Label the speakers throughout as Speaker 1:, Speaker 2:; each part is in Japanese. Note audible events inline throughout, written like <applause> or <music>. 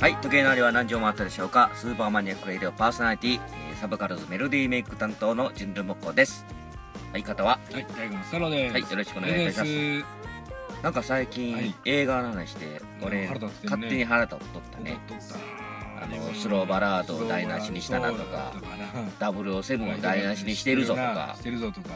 Speaker 1: はい時計のありは何畳もあったでしょうかスーパーマニアックレイディオパーソナリティ、えーサブカルズメロディーメイク担当のジンルモコです相方は
Speaker 2: はい、大悟のスタローです。
Speaker 1: はいよろしくお願いいたします
Speaker 2: し
Speaker 1: なんか最近、
Speaker 2: はい
Speaker 1: 映画の話して俺、
Speaker 2: 腹立ってんね
Speaker 1: 勝手に腹立っとったねあのスローバラードを台無しにしたなと
Speaker 2: <laughs>
Speaker 1: か007を台無しにしてるぞとか
Speaker 2: してるぞとか。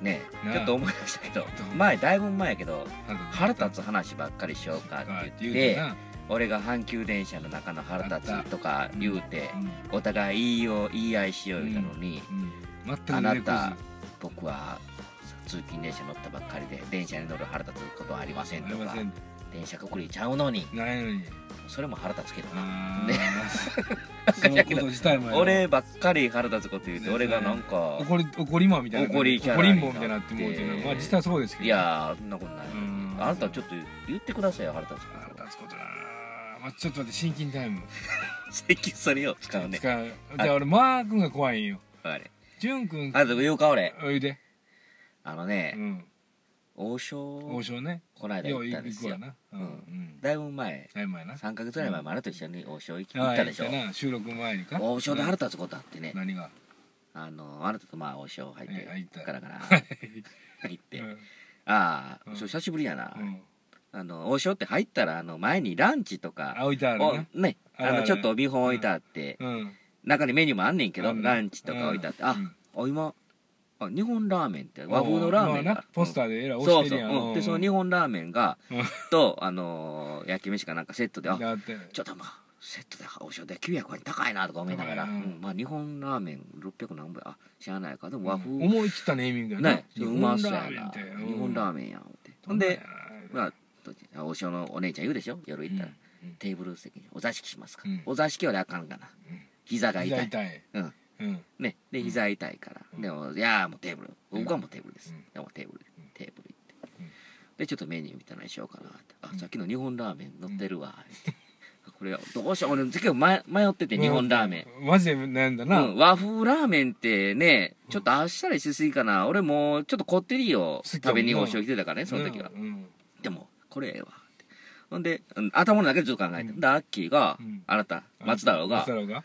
Speaker 1: ね
Speaker 2: なあ
Speaker 1: ちょっと思い出したけど
Speaker 2: と
Speaker 1: 前だいぶ前やけど腹立
Speaker 2: つ
Speaker 1: つ話ばっかりしようかって言っ
Speaker 2: う
Speaker 1: て
Speaker 2: てな
Speaker 1: 俺が阪急電車の中の腹立つとか言うて
Speaker 2: うん
Speaker 1: お互い言いよう言い合いしよう言うたのに
Speaker 2: うん全く
Speaker 1: あ
Speaker 2: 出
Speaker 1: な
Speaker 2: てこず
Speaker 1: た僕は通勤電車乗ったばっかりで電車に乗る腹立つことはありません
Speaker 2: あ
Speaker 1: と
Speaker 2: りま
Speaker 1: か
Speaker 2: せん
Speaker 1: 電車くくりちゃうのに
Speaker 2: ないのに
Speaker 1: それも腹立つけどな
Speaker 2: あー
Speaker 1: ね
Speaker 2: <laughs> そのこと自体も
Speaker 1: 俺ばっかり腹立つこと言うて俺がなんか
Speaker 2: 怒り怒りまみたいな
Speaker 1: 怒りキャ
Speaker 2: 怒
Speaker 1: ラ
Speaker 2: り
Speaker 1: に
Speaker 2: ん
Speaker 1: なって
Speaker 2: ぼみたいになってもうてなまあ実際そうですけど
Speaker 1: いやーそんなことない
Speaker 2: うん
Speaker 1: あなたちょっと言ってくださいよ腹立つ
Speaker 2: 腹
Speaker 1: こ
Speaker 2: 立つことなまあちょっと待ってシンキングタイム
Speaker 1: と咳それを使うね
Speaker 2: 使うじゃあ俺マー君が怖いんよ
Speaker 1: あれ
Speaker 2: 潤君
Speaker 1: あと言うか俺
Speaker 2: おいで
Speaker 1: あの
Speaker 2: う
Speaker 1: ね
Speaker 2: ん
Speaker 1: 王将
Speaker 2: 王将ね
Speaker 1: この間
Speaker 2: よう
Speaker 1: 行っ
Speaker 2: 行
Speaker 1: たんです
Speaker 2: くわ
Speaker 1: よ
Speaker 2: なう
Speaker 1: うん
Speaker 2: ん
Speaker 1: だいぶ前
Speaker 2: だいぶ前な
Speaker 1: 3ヶ月ぐらい前までと一緒に王将行き
Speaker 2: あ
Speaker 1: 行
Speaker 2: あ
Speaker 1: ったでしょ
Speaker 2: 行な収録前にか
Speaker 1: 王将で腹立つことあってね
Speaker 2: 何が
Speaker 1: あのあなたとまあ王将入っ
Speaker 2: ええ入ってた
Speaker 1: ガラガラ入って
Speaker 2: うん
Speaker 1: ああ
Speaker 2: うん
Speaker 1: そう久しぶりやな
Speaker 2: うん
Speaker 1: あの王将って入ったらあの前にランチとか
Speaker 2: あ置いてある
Speaker 1: お
Speaker 2: な
Speaker 1: ね
Speaker 2: ある
Speaker 1: あ
Speaker 2: あ
Speaker 1: の
Speaker 2: る
Speaker 1: ちょっと見本置いてあって
Speaker 2: うん
Speaker 1: 中にメニューもあんねんけ
Speaker 2: あ
Speaker 1: ど
Speaker 2: るな
Speaker 1: ランチとか置いてあってあ
Speaker 2: うん
Speaker 1: あ今あ日本ラーメンって和風のラーメン
Speaker 2: まあな
Speaker 1: が
Speaker 2: ポスターでえらい
Speaker 1: そ
Speaker 2: 押
Speaker 1: う
Speaker 2: し
Speaker 1: そ
Speaker 2: て
Speaker 1: う、
Speaker 2: るやん
Speaker 1: うん、でその日本ラーメンが
Speaker 2: うん
Speaker 1: とあのー焼き飯かなんかセットであ
Speaker 2: だって
Speaker 1: ちょっとまあセットで王将で900円高いなとか思いながら、う
Speaker 2: 高いなん
Speaker 1: まあ日本ラーメン600何倍あ知らないかでも和風、
Speaker 2: うん思い切ったネーミングやな
Speaker 1: ねうまそうや
Speaker 2: 日本ラーメン
Speaker 1: な
Speaker 2: って
Speaker 1: 日本ラー
Speaker 2: メ
Speaker 1: メンやん思ってほんで、ま
Speaker 2: あ
Speaker 1: あどっちあ王将のお姉ちゃん言うでしょ夜行ったら、テーブル席にお座敷しますか、
Speaker 2: うん
Speaker 1: お座敷はあかんかな膝が痛い
Speaker 2: 膝痛い
Speaker 1: うん
Speaker 2: うん
Speaker 1: ねで
Speaker 2: うん
Speaker 1: 膝痛いから、
Speaker 2: うん
Speaker 1: でもいやーもうテーブル
Speaker 2: うん
Speaker 1: 僕はもうテーブルです、
Speaker 2: うん
Speaker 1: でもテーブル
Speaker 2: うん
Speaker 1: テーブル行って、
Speaker 2: うん
Speaker 1: でちょっとメニューみたいなのにしようかなってあ、
Speaker 2: うん
Speaker 1: さっきの日本ラーメン乗ってるわ、ってこれどうしよう俺結構迷迷ってて日本ラーメン、
Speaker 2: ンマジで悩んだ
Speaker 1: う、
Speaker 2: なん
Speaker 1: 和風ラーメンってねちょっとあっしたりしすぎかな俺もうちょっとこってりを
Speaker 2: 好き
Speaker 1: 食べにおしを来てたからねその時は、
Speaker 2: うん
Speaker 1: でもこれええわってほんで、うん頭の中でずっと考えて、
Speaker 2: うん
Speaker 1: でアッキーが、
Speaker 2: うん
Speaker 1: あなた松太郎が
Speaker 2: 松太郎が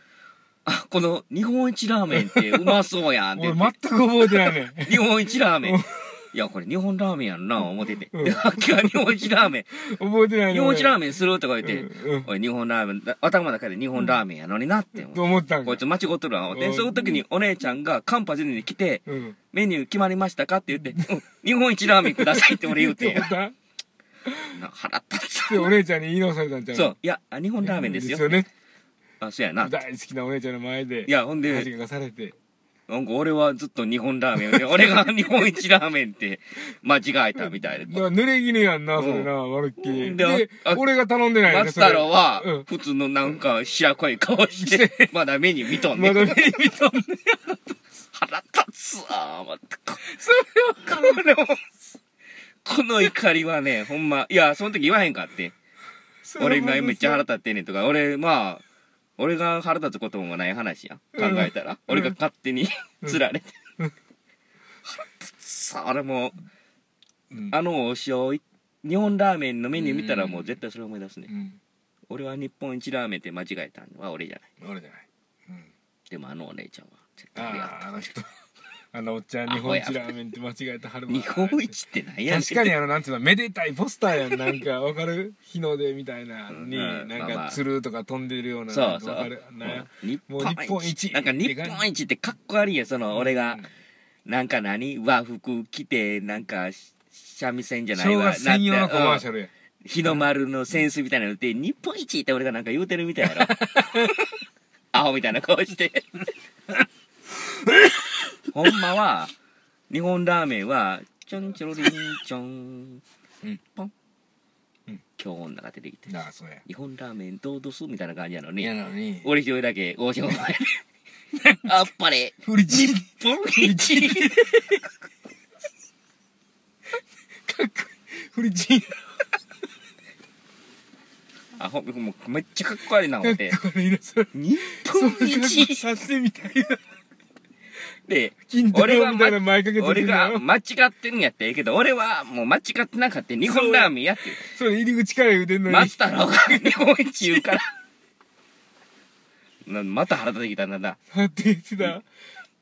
Speaker 1: あこの日本一ラーメンってうまそうやんって
Speaker 2: <laughs> 俺
Speaker 1: 言って
Speaker 2: 全く覚えてないね
Speaker 1: <laughs>
Speaker 2: ん
Speaker 1: 日本一ラーメ
Speaker 2: う
Speaker 1: ン
Speaker 2: ん。
Speaker 1: いや、これ日本ラーメンやんな、思ってて。
Speaker 2: うん
Speaker 1: で、秋は日本一ラーメン。
Speaker 2: 覚えてないね
Speaker 1: 日本一ラー
Speaker 2: メ
Speaker 1: メンするとか言って、
Speaker 2: て
Speaker 1: おい、日本ラーメン、だ頭の中で日本ラーメンやのになって思
Speaker 2: と
Speaker 1: う。
Speaker 2: 思ったんか
Speaker 1: こいつ間違っとるわ、思って。
Speaker 2: うん
Speaker 1: その時にお姉ちゃんがカンパジェネに来て、
Speaker 2: うん
Speaker 1: メニュー決まりましたかって言って、うん日本一ラーメンくださいって俺言う
Speaker 2: どう
Speaker 1: て
Speaker 2: 思っ、た
Speaker 1: な腹立つ。
Speaker 2: でお姉ちゃんに言い直されたんちゃう
Speaker 1: そう、いや、あ日本ラーメンですよ。
Speaker 2: ね
Speaker 1: あ、そうやな。
Speaker 2: 大好きなお姉ちゃんの前で
Speaker 1: いや、ほん
Speaker 2: 恥
Speaker 1: で、
Speaker 2: かかされて
Speaker 1: なんか俺はずっと日本ラーメンで、俺が日本一ラーメンっ
Speaker 2: <laughs>
Speaker 1: て間違えたみたいで
Speaker 2: だ。から濡れ衣やんなそれなまるっき
Speaker 1: う
Speaker 2: り
Speaker 1: ん
Speaker 2: で
Speaker 1: であ
Speaker 2: 俺が頼んでない
Speaker 1: 松太郎は
Speaker 2: うん、
Speaker 1: 普通のなんか、白濃い顔して、 <laughs> まだ目に見とんね。
Speaker 2: まだ目に
Speaker 1: 見とんね。腹立つわ、また。こ
Speaker 2: それは
Speaker 1: れも、 <laughs> この怒りはね、ほんま、いや、その時言わへんかって。
Speaker 2: それは
Speaker 1: 俺今めっちゃ腹立ってんねんとか、俺、まあ、俺が腹立つこともない話やん。考えたら。俺が勝手に
Speaker 2: うん
Speaker 1: 釣られて。腹立つわ、あれもう、
Speaker 2: うん
Speaker 1: あのお塩、日本ラーメンのメニュー見たらもう絶対それ思い出すね
Speaker 2: う。ん
Speaker 1: 俺は日本一ラーメンって間違えたのは俺じゃない
Speaker 2: 俺じゃないうん
Speaker 1: でもあのお姉ちゃんは絶対俺や
Speaker 2: あ
Speaker 1: っ
Speaker 2: ああ
Speaker 1: た
Speaker 2: の人あのおっちゃん日本一ラーメンって間違えたはるわ
Speaker 1: 日本一ってなんやねん
Speaker 2: 確かにあのなんていうのめでたいポスターやんなんかわかる日の出みたいなに、
Speaker 1: うん
Speaker 2: なん
Speaker 1: まあま
Speaker 2: か
Speaker 1: あ
Speaker 2: 鶴とか飛んでるような
Speaker 1: そう
Speaker 2: なんか
Speaker 1: そ
Speaker 2: わか
Speaker 1: う
Speaker 2: るな
Speaker 1: うん日
Speaker 2: もう日本
Speaker 1: 本
Speaker 2: 一
Speaker 1: 一なんか日本一ってかっこ悪いよその俺がなんか何和服着てなんかし三味線じゃない
Speaker 2: 正
Speaker 1: わ
Speaker 2: 月専用
Speaker 1: な
Speaker 2: の
Speaker 1: ん
Speaker 2: コ
Speaker 1: て
Speaker 2: マーシャルや
Speaker 1: うん日の丸の扇子みたいなのって日本一って俺がなんか言うてるみた
Speaker 2: <laughs>
Speaker 1: いやろアホみたいな顔してほんまは日本ラーメンはちょんちょろりんちょん
Speaker 2: うん
Speaker 1: ポン
Speaker 2: うん
Speaker 1: 今日女が出てきて
Speaker 2: だからそうや
Speaker 1: 日本ラーメンどうどすみたいな感じやのに
Speaker 2: やなのに
Speaker 1: 俺一人だけ王将の前であっぱれ
Speaker 2: フ
Speaker 1: <laughs>
Speaker 2: リチ
Speaker 1: ポン一
Speaker 2: フリチ
Speaker 1: あほんもうめっちゃかっこ悪いな思って
Speaker 2: これいなそう
Speaker 1: 日
Speaker 2: そう
Speaker 1: 本一
Speaker 2: させてみたいな
Speaker 1: で
Speaker 2: 金太
Speaker 1: 俺
Speaker 2: 郎
Speaker 1: が
Speaker 2: みたい
Speaker 1: ま
Speaker 2: な前かけて
Speaker 1: 俺
Speaker 2: る
Speaker 1: が
Speaker 2: の
Speaker 1: 間違ってんやってええけど俺はもう間違ってなかった日本ラーメンやって
Speaker 2: それ入り口から言うてんのに
Speaker 1: 松太郎が日本一言うからなまた腹立ってきたんだな
Speaker 2: だって言ってた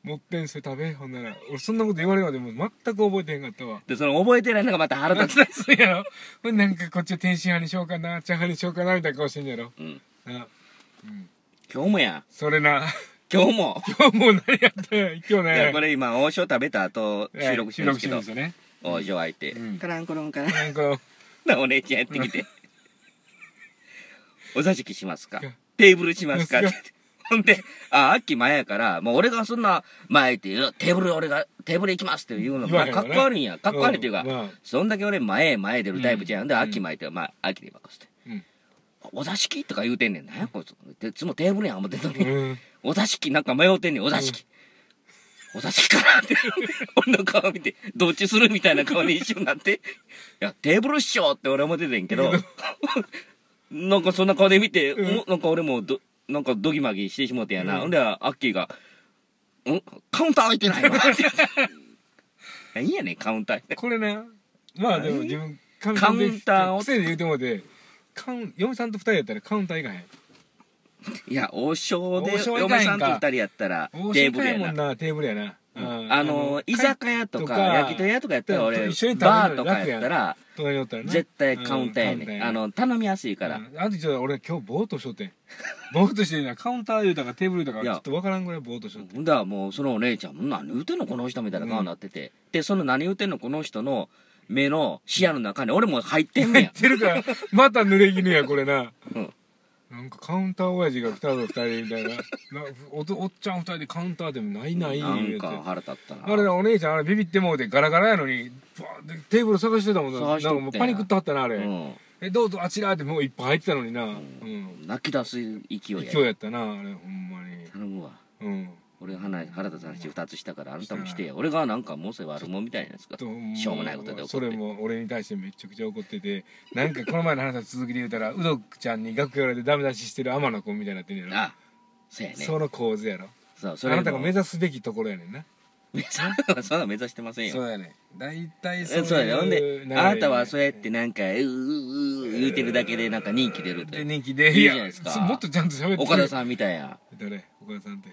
Speaker 2: もっぺんそれ食べほんなら俺そんなこと言われるまでもう全く覚えてへんかったわ
Speaker 1: でその覚えてないのがまた腹立つ
Speaker 2: たそうやろほんでなんかこっちは天津飯にしようかなチャーハンにしようかなみたいな顔してんやろ
Speaker 1: うん
Speaker 2: なうん
Speaker 1: 今日もや
Speaker 2: それな <laughs>
Speaker 1: 今日も、
Speaker 2: 今日もう何やったんや今日
Speaker 1: いや
Speaker 2: ね
Speaker 1: これ今王将食べた後
Speaker 2: えー
Speaker 1: 収録してるんですけど
Speaker 2: 収録してるんです
Speaker 1: 王将相手、
Speaker 2: うん
Speaker 1: カランコロンカラン
Speaker 2: よねなんか
Speaker 1: なお姉ちゃんやってきて「お座敷しますか
Speaker 2: うん
Speaker 1: テーブルしますか?」っ
Speaker 2: うん
Speaker 1: てほんで「ああっき前やからもう俺がそんな前って言うテーブル俺がテーブル行きます」っていうの
Speaker 2: 言わ
Speaker 1: が
Speaker 2: へん
Speaker 1: か
Speaker 2: よ
Speaker 1: っ
Speaker 2: ね
Speaker 1: こ悪いんやかっこ悪いっていうか、
Speaker 2: うんまあ
Speaker 1: そんだけ俺前へ前へ出るタイプじゃん、
Speaker 2: うん
Speaker 1: で「あっき前」って「まああきでばっかして
Speaker 2: うん
Speaker 1: 「お座敷?」とか言うてんねんなんやこいつでいつもテーブルやん思ってんのに、
Speaker 2: うん
Speaker 1: お座敷なんか迷うてんねん、お座敷。お座敷かなって、 <laughs> 俺の顔見て、どっちするみたいな顔で一緒になって、いや、テーブルっしょって俺思っててんけど、 <laughs> なんかそんな顔で見て、
Speaker 2: うん
Speaker 1: おなんか俺もど、なんかドギマギしてしもてやな。
Speaker 2: うん
Speaker 1: ほんで、アッキーが、んカウンター開いて
Speaker 2: <laughs>
Speaker 1: ないわって。何やねん、カウンターって。
Speaker 2: これなまあでも自分カ
Speaker 1: カウンターを
Speaker 2: 癖で言うてもうてカウン嫁さんと二人やったらカウンターいかへん
Speaker 1: いや、王将で、
Speaker 2: 王将以外か
Speaker 1: 嫁さんと二人やったら、テーブルや
Speaker 2: も
Speaker 1: な。
Speaker 2: んなテーブルやな、うん
Speaker 1: あの、居酒屋とか、
Speaker 2: とか
Speaker 1: 焼き鳥屋とかやったら俺、バ
Speaker 2: 一緒に食べるの
Speaker 1: ーとかやったら、
Speaker 2: 隣におったらな
Speaker 1: 絶対カウンターやね、
Speaker 2: うん
Speaker 1: あの頼みやすいから、
Speaker 2: うんあとちょっと俺今日ぼーっとしとってんぼーっとしてるなカウンター言うたかテーブル言うた
Speaker 1: い
Speaker 2: か
Speaker 1: や
Speaker 2: ちょっとわからんぐらいぼーっとしとって
Speaker 1: ほんだらもうそのお姉ちゃん「何言うてんのこの人」みたいな顔になってて、でその何言うてんのこの人の目の視野の中に俺も入ってんね
Speaker 2: 入っ
Speaker 1: や、
Speaker 2: てるからまた濡れ衣やこれな
Speaker 1: うん、
Speaker 2: なんかカウンター親父が二人の二人みたいななおとおっちゃん二人でカウンターでも <laughs> ないない
Speaker 1: なん
Speaker 2: 言うて
Speaker 1: か腹立ったな
Speaker 2: あれなお姉ちゃんあれビビってもうてガラガラやのにバーってテーブル探してたもんな
Speaker 1: 探しとって
Speaker 2: なんかもうパニックったはったなあれ、
Speaker 1: うん、
Speaker 2: えどうぞあちらってもういっぱい入ってたのにな、うん
Speaker 1: 泣き出す勢いや
Speaker 2: 勢いやったなあれほんまに
Speaker 1: 頼むわ
Speaker 2: うん
Speaker 1: 俺が腹腹立つ話2つしたからあなたもしてや俺がなんかモセ悪者みたいなやつか
Speaker 2: と
Speaker 1: しょうもないことで怒って
Speaker 2: それも俺に対してめちゃくちゃ怒っててなんかこの前の話の続きで言うたらうどくちゃんに楽屋裏でダメ出ししてる天野君みたいになってんねやろ
Speaker 1: あそうやね
Speaker 2: その構図やろ
Speaker 1: そう
Speaker 2: あ
Speaker 1: それも
Speaker 2: なたが目指すべきところやねんな
Speaker 1: 目指 <laughs> そんな目指してませんよ
Speaker 2: そうやね大体
Speaker 1: えそうやねほんであなたはそうやってなんかうーうーうー言うてるだけでなんか人気出ると
Speaker 2: で人気で
Speaker 1: いいじゃないですか
Speaker 2: やもっとちゃんと喋って
Speaker 1: 岡田
Speaker 2: ん
Speaker 1: さんみたいや
Speaker 2: 誰岡田さんって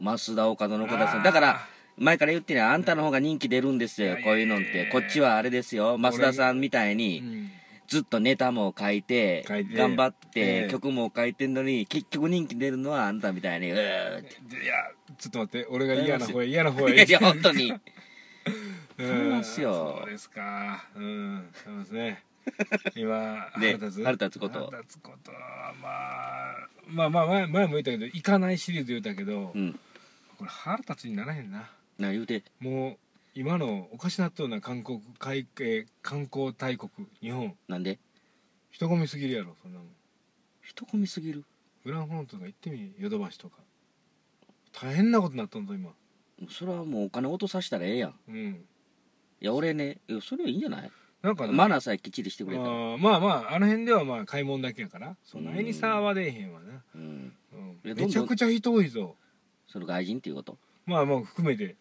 Speaker 1: 増田岡田の岡田さ
Speaker 2: あ
Speaker 1: ん
Speaker 2: ー
Speaker 1: だから前から言ってねあんたの方が人気出るんですよこういうのっ
Speaker 2: いやいや
Speaker 1: て
Speaker 2: いや
Speaker 1: こっちはあれですよ増田さんみたいうに
Speaker 2: ん
Speaker 1: ずっとネタも書いて
Speaker 2: 書いて
Speaker 1: 頑張っ
Speaker 2: え
Speaker 1: て
Speaker 2: え
Speaker 1: 曲も書いてんのに結局人気出るのはあんたみたいにうーって
Speaker 2: いやちょっと待って俺が嫌
Speaker 1: <laughs>
Speaker 2: な方や嫌な方
Speaker 1: い
Speaker 2: や
Speaker 1: やいや本当に
Speaker 2: うん
Speaker 1: りますよ
Speaker 2: そうですかうんそうですね今
Speaker 1: で
Speaker 2: 腹立つ
Speaker 1: 腹立つこと
Speaker 2: 腹立つことはまあまあまあ前前も言ったけど行かないシリーズ言ったけど、
Speaker 1: うん
Speaker 2: これ腹立つにならへんな
Speaker 1: 何言うて
Speaker 2: もう今のおかしなっとうな韓国海、えー観光大国日本
Speaker 1: なんで
Speaker 2: 人混みすぎるやろそんなもん
Speaker 1: 人混みすぎる
Speaker 2: グランフロントとか行ってみヨドバシとか大変なことになっとんぞ今
Speaker 1: それはもうお金落とさせたらええやんい
Speaker 2: うん
Speaker 1: や俺ねいやそれはいいんじゃない
Speaker 2: なんかな
Speaker 1: マナーさえきっちりしてくれたら
Speaker 2: あーまあまああの辺ではまあ買い物だけやからそんなに差は出えへんわな、
Speaker 1: うん
Speaker 2: うん
Speaker 1: いやどんどん
Speaker 2: めちゃくちゃ人多いぞ
Speaker 1: その外人っていうこと
Speaker 2: まあまあ含めて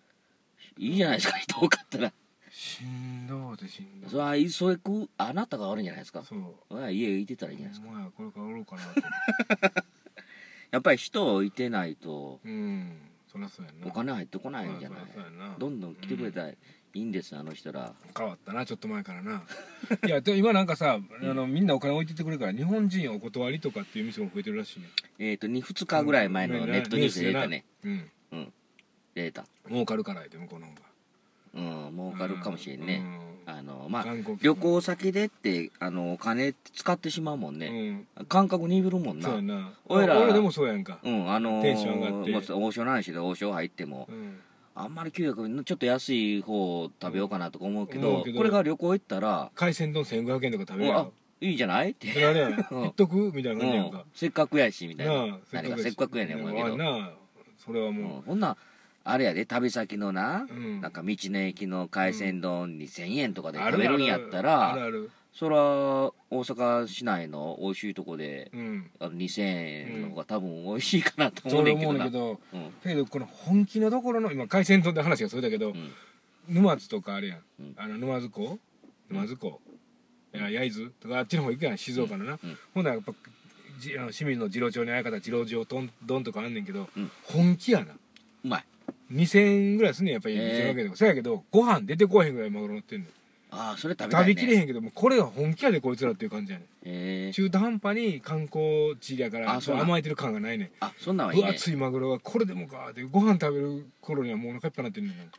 Speaker 1: いいじゃないですか <laughs> 人多かったら
Speaker 2: しんどうてしんど
Speaker 1: それはいそれくあなたが悪いんじゃないですか
Speaker 2: そう
Speaker 1: それは家いてたらいいんじゃないですか
Speaker 2: お前はこれからおろうかな
Speaker 1: やっぱり人を置いてないと
Speaker 2: うんそりゃそうやな
Speaker 1: お金入ってこない
Speaker 2: ま
Speaker 1: ん
Speaker 2: あ
Speaker 1: じゃない
Speaker 2: そりゃそうやな
Speaker 1: どんどん来てくれたらいいんですあの人ら
Speaker 2: 変わったなちょっと前からないやでも今なんかさあのみんなお金置いてってくれるから日本人お断りとかっていう店も増えてるらしいね
Speaker 1: えっと2日ぐらい前のネットニュースで出たね
Speaker 2: うん
Speaker 1: データ
Speaker 2: 儲かるからやで向こうの方が
Speaker 1: うん儲かるかもしれんね
Speaker 2: うん
Speaker 1: あのまあ
Speaker 2: 観光客
Speaker 1: 旅行先でってあのお金使ってしまうもん
Speaker 2: う
Speaker 1: ね
Speaker 2: ん
Speaker 1: 感覚鈍るもんな
Speaker 2: そうやな
Speaker 1: 俺ら
Speaker 2: 俺でもそうやんか
Speaker 1: うんあのー
Speaker 2: テンション上がって
Speaker 1: もう王将の話で王将入っても
Speaker 2: うん
Speaker 1: あんまり900円のちょっと安い方を食べようかなとか思うけ
Speaker 2: うん
Speaker 1: ど,、
Speaker 2: 思うけど
Speaker 1: これが旅行行ったら
Speaker 2: 海鮮丼1500円とか
Speaker 1: 「
Speaker 2: 食べる
Speaker 1: う
Speaker 2: や
Speaker 1: んあ
Speaker 2: ろ
Speaker 1: いいじゃない?」って
Speaker 2: それあれやん
Speaker 1: うん
Speaker 2: 行っとくみたいな
Speaker 1: う
Speaker 2: 感じやん
Speaker 1: ん
Speaker 2: か、
Speaker 1: せっかくやしみたい
Speaker 2: な
Speaker 1: な
Speaker 2: あ
Speaker 1: 何がせっかくやねん
Speaker 2: せ
Speaker 1: 思う
Speaker 2: っ
Speaker 1: け
Speaker 2: か
Speaker 1: ど
Speaker 2: く、やしなあそれは
Speaker 1: う
Speaker 2: も
Speaker 1: ん、ほんなあれやで旅先のな、
Speaker 2: うん
Speaker 1: なんか道の駅の海鮮丼2000円とか
Speaker 2: う
Speaker 1: で食べるんやった
Speaker 2: ある
Speaker 1: ら
Speaker 2: ある
Speaker 1: そら大阪市内の美味しいとこで、
Speaker 2: うん
Speaker 1: あの2000円の方が多分美味しいかなと思
Speaker 2: そうう
Speaker 1: ねんけ
Speaker 2: 思
Speaker 1: ど
Speaker 2: う
Speaker 1: な
Speaker 2: ねんだけど
Speaker 1: うん
Speaker 2: けどこの本気のところの今海鮮丼で話がそれだけど
Speaker 1: うん
Speaker 2: 沼津とかあれやん
Speaker 1: うん
Speaker 2: あの沼津港沼津港いや焼津とかあっちの方行くやん静岡のなほんならやっぱじあの清水の次郎町にあやかた次郎城どんどんとかあんねんけど、
Speaker 1: うん
Speaker 2: 本気やな
Speaker 1: うまい
Speaker 2: 2000円ぐらいすんねんやっぱり
Speaker 1: へえ
Speaker 2: 2000円けどそやけどご飯出てこへんぐらいマグロ乗ってんの、
Speaker 1: ああそれ食べた
Speaker 2: 食
Speaker 1: い、ね、
Speaker 2: べきれへんけどもうこれは本気やでこいつらっていう感じやね
Speaker 1: え
Speaker 2: ん
Speaker 1: ー、
Speaker 2: 中途半端に観光地やから
Speaker 1: あそうなん
Speaker 2: 甘えてる感がないねん
Speaker 1: あそんなんはいい
Speaker 2: 分
Speaker 1: ね
Speaker 2: 厚いマグロがこれでもかーってご飯食べる頃にはもうお腹いっぱいになってんねんなんか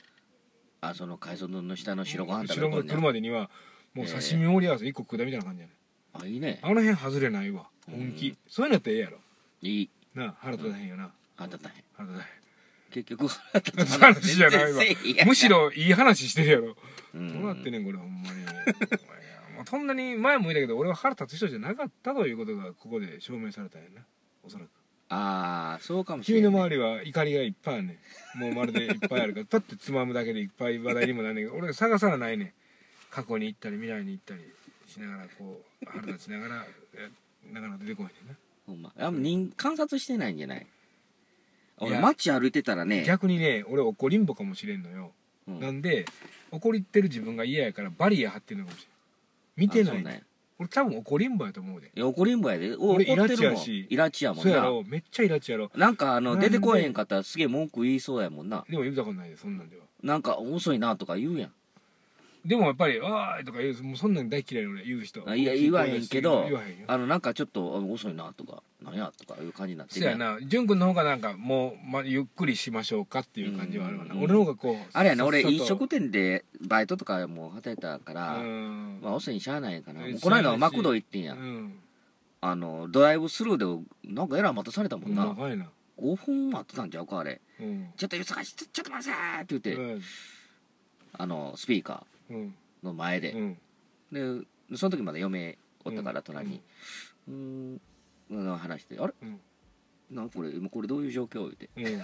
Speaker 1: あその海藻の下の白ご飯食べ
Speaker 2: 白
Speaker 1: る頃
Speaker 2: ご飯
Speaker 1: に
Speaker 2: 来るまでにはもう刺身盛り合わせ1個食うたみたいな感じやねん
Speaker 1: あいいね
Speaker 2: あの辺外れないわ本
Speaker 1: う
Speaker 2: 気
Speaker 1: ん
Speaker 2: そういうのってええやろ
Speaker 1: いい
Speaker 2: なあ腹立たへんよな
Speaker 1: あたったね
Speaker 2: 腹立たへん
Speaker 1: 結局腹立
Speaker 2: 腹立
Speaker 1: つ
Speaker 2: たへん話じゃな
Speaker 1: <laughs>
Speaker 2: いわ
Speaker 1: 全然いいや
Speaker 2: むしろいい話してるやろ
Speaker 1: う
Speaker 2: ど
Speaker 1: ん
Speaker 2: うなってんねんこれほんまに <laughs> お前もうそんなに前も言ったけど俺は腹立つ人じゃなかったということがここで証明されたんやなおそらく
Speaker 1: ああそうかもしれな
Speaker 2: 君の
Speaker 1: い
Speaker 2: 周りは怒りがいっぱいあんねんもうまるでいっぱいあるからパッてつまむだけでいっぱい話題にもなんねんけど俺探さなないねん過去に行ったり未来に行ったりしながらこう腹立ちながらえなかなか出てこないねんな
Speaker 1: ほんまあ人観察してないんじゃない
Speaker 2: い
Speaker 1: 俺
Speaker 2: や
Speaker 1: 街歩いてたらね、
Speaker 2: 逆にね俺怒りんぼかもしれんのよ、
Speaker 1: うん
Speaker 2: なんで怒りってる自分が嫌やからバリア張ってんのかもしれん見て
Speaker 1: あ
Speaker 2: な
Speaker 1: そう
Speaker 2: い、
Speaker 1: ね
Speaker 2: 俺多分怒りんぼやと思うで
Speaker 1: いや怒りんぼやでお怒っ
Speaker 2: 俺
Speaker 1: て
Speaker 2: イラチ
Speaker 1: る
Speaker 2: や
Speaker 1: もん
Speaker 2: し
Speaker 1: イラチやも
Speaker 2: そ
Speaker 1: ん
Speaker 2: うや
Speaker 1: な
Speaker 2: ろめっちゃイラチやろ
Speaker 1: なんかあの
Speaker 2: なんで
Speaker 1: 出てこへんかったらすげえ文句言いそうやもんな
Speaker 2: でも言うたことないでそんなんでは
Speaker 1: なんか遅いなとか言うやん
Speaker 2: でもやっぱり「あーい」とか言うもうそんなん大嫌い俺言う人
Speaker 1: あいや言わへんけど
Speaker 2: 言わへんよ
Speaker 1: あのなんかちょっとあの遅いなとかなんやとかいう感じになって
Speaker 2: そう
Speaker 1: るや
Speaker 2: や
Speaker 1: ん
Speaker 2: な潤君の方がなんかもう、ま、ゆっくりしましょうかっていう感じはあるわな、
Speaker 1: うん
Speaker 2: 俺の方がこう
Speaker 1: あれやな俺
Speaker 2: さっさと
Speaker 1: 飲食店でバイトとかも働いたから、
Speaker 2: うん、
Speaker 1: まあ遅いにしゃあないんかな
Speaker 2: うん
Speaker 1: この間は
Speaker 2: しゃあない
Speaker 1: マ
Speaker 2: し
Speaker 1: クド行ってん
Speaker 2: う
Speaker 1: や、
Speaker 2: ん
Speaker 1: あのドライブスルーでなんかえらい待たされたもんな、
Speaker 2: 長いな
Speaker 1: 5分待ってたんちゃうかあれ
Speaker 2: うん
Speaker 1: ちょっと忙しいちょちょっと待ってーって言って、
Speaker 2: うん
Speaker 1: あのスピーカ
Speaker 2: うん
Speaker 1: ーの前
Speaker 2: う
Speaker 1: で、
Speaker 2: ん
Speaker 1: でその時まだ嫁おったから隣に、うーんうん話して「あれ
Speaker 2: うん
Speaker 1: なんかこれ今これどういう状況?」言って
Speaker 2: うん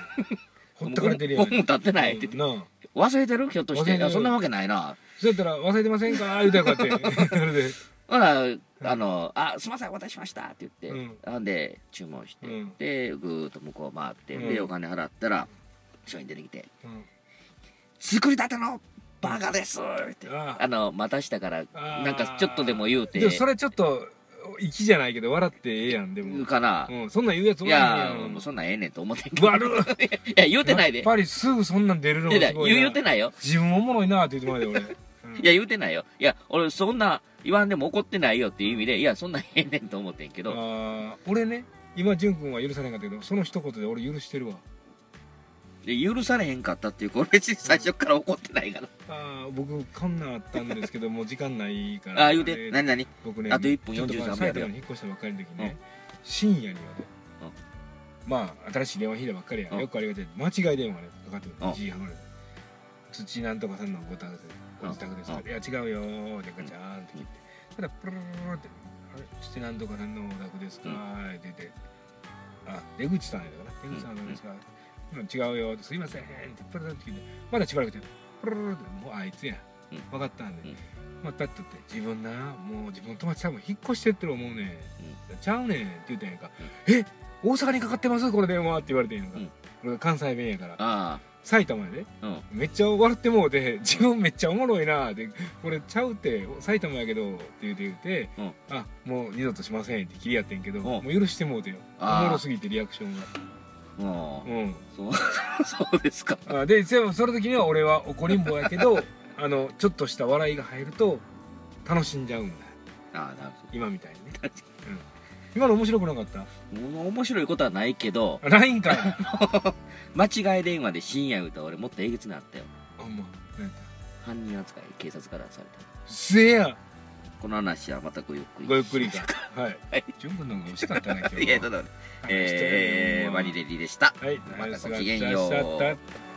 Speaker 2: ほったかれてるやん
Speaker 1: 5分経ってない」って言って
Speaker 2: うんな
Speaker 1: 「
Speaker 2: あ
Speaker 1: 忘れてるひょっとし
Speaker 2: 忘れ
Speaker 1: て」
Speaker 2: てる
Speaker 1: いやそんなわけないな」
Speaker 2: そうやったら「忘れてませんか?」言うたらこうやってそれで
Speaker 1: ほらあの「あすいませんお渡ししました」って言って、
Speaker 2: うん
Speaker 1: なんで注文して、
Speaker 2: うん
Speaker 1: でぐーっと向こう回って、で
Speaker 2: うん
Speaker 1: お金払ったら商品出てきて
Speaker 2: うん
Speaker 1: 「作りたてのバーガーです」って
Speaker 2: ああ
Speaker 1: あの待たしたから
Speaker 2: あー
Speaker 1: なんかちょっとでも言うて
Speaker 2: でもそれちょっと粋じゃないけど笑ってええやんで
Speaker 1: 言う
Speaker 2: も
Speaker 1: かな、
Speaker 2: うんそんなん言うやつお
Speaker 1: い
Speaker 2: らん
Speaker 1: や
Speaker 2: ん
Speaker 1: もうそんなんええねんと思ってんけど
Speaker 2: 悪っ
Speaker 1: <laughs> いや言うてないで
Speaker 2: やっぱりすぐそんなん出るのが
Speaker 1: いや
Speaker 2: す
Speaker 1: いや
Speaker 2: ごい
Speaker 1: 言う
Speaker 2: な
Speaker 1: 言うてないよ
Speaker 2: 自分おもろいなって言ってまうで俺
Speaker 1: いや言うてないよいや俺そんな言わんでも怒ってないよっていう意味でいやそんなんええねんと思ってんけ
Speaker 2: うん
Speaker 1: ど
Speaker 2: あー俺ね今潤君は許されなかったけどその一言で俺許してるわ
Speaker 1: で許されへんかったっていうこれ別に最初から怒ってないから
Speaker 2: あー僕こんなんあったんですけどもう時間ないから
Speaker 1: ああ言うて
Speaker 2: れ
Speaker 1: 何何
Speaker 2: 僕ね
Speaker 1: あと1分
Speaker 2: ちょっと
Speaker 1: 43
Speaker 2: 埼玉に引っ越したばっかりの時ね、深夜にはね、まあ新しい電話引いたばっかりや、
Speaker 1: うん
Speaker 2: よくありがたい間違い電話がねかかってく
Speaker 1: う
Speaker 2: る
Speaker 1: ん
Speaker 2: 1時半ぐらい土なんとかさんのご宅で
Speaker 1: う
Speaker 2: ご
Speaker 1: ん
Speaker 2: 自宅ですか、
Speaker 1: う
Speaker 2: いや違うよーでガチャーンって切って、ただプルルルルルって「あれ土なんとかさんのお宅ですか?」って言って「あ出口さんやだから出口さんのお宅ですかうん違うよーすいません」ってプルルルって切ってまだしばらくてプルルルルってもうあいつや、
Speaker 1: うん
Speaker 2: 分かったんで、
Speaker 1: うん
Speaker 2: まあ、だってって自分なもう自分の友達多分引っ越してってる思うねん、ちゃうねんって言ったんやんか、え大阪にかかってますこれ電話って言われてんやんか、
Speaker 1: うん
Speaker 2: 俺が関西弁やから
Speaker 1: あ
Speaker 2: 埼玉やで
Speaker 1: あうん
Speaker 2: めっちゃ笑ってもうて自分めっちゃおもろいなーってこれちゃうって埼玉やけどって言うて言うて、
Speaker 1: うん
Speaker 2: あもう二度としませんって切りやってんけど、
Speaker 1: ん
Speaker 2: もう許してもうてよお
Speaker 1: あー
Speaker 2: もろすぎてリアクションが
Speaker 1: もう
Speaker 2: うん
Speaker 1: そうそう <laughs> ですか
Speaker 2: あででもその時には俺は怒りんぼやけどあのちょっとした笑いが入ると楽しんじゃうんだ
Speaker 1: ああなる
Speaker 2: 今みたいにね、うん、今の面白くなかった
Speaker 1: ほどもう面白いことはないけど
Speaker 2: あライ
Speaker 1: <laughs>
Speaker 2: ンかい
Speaker 1: 間違い電話で深夜言うたら俺もっとえげつなったよ
Speaker 2: あんまなんか
Speaker 1: 犯人扱い警察からされた
Speaker 2: せや
Speaker 1: この話はまたごゆっくり
Speaker 2: ごゆっくりかはい
Speaker 1: はい
Speaker 2: 純君の方が惜しかったな今日
Speaker 1: いやちょっと待ってえー、マリレリでした
Speaker 2: はい
Speaker 1: また
Speaker 2: マイナス
Speaker 1: ご
Speaker 2: が
Speaker 1: きげんよう
Speaker 2: ちゃっちゃった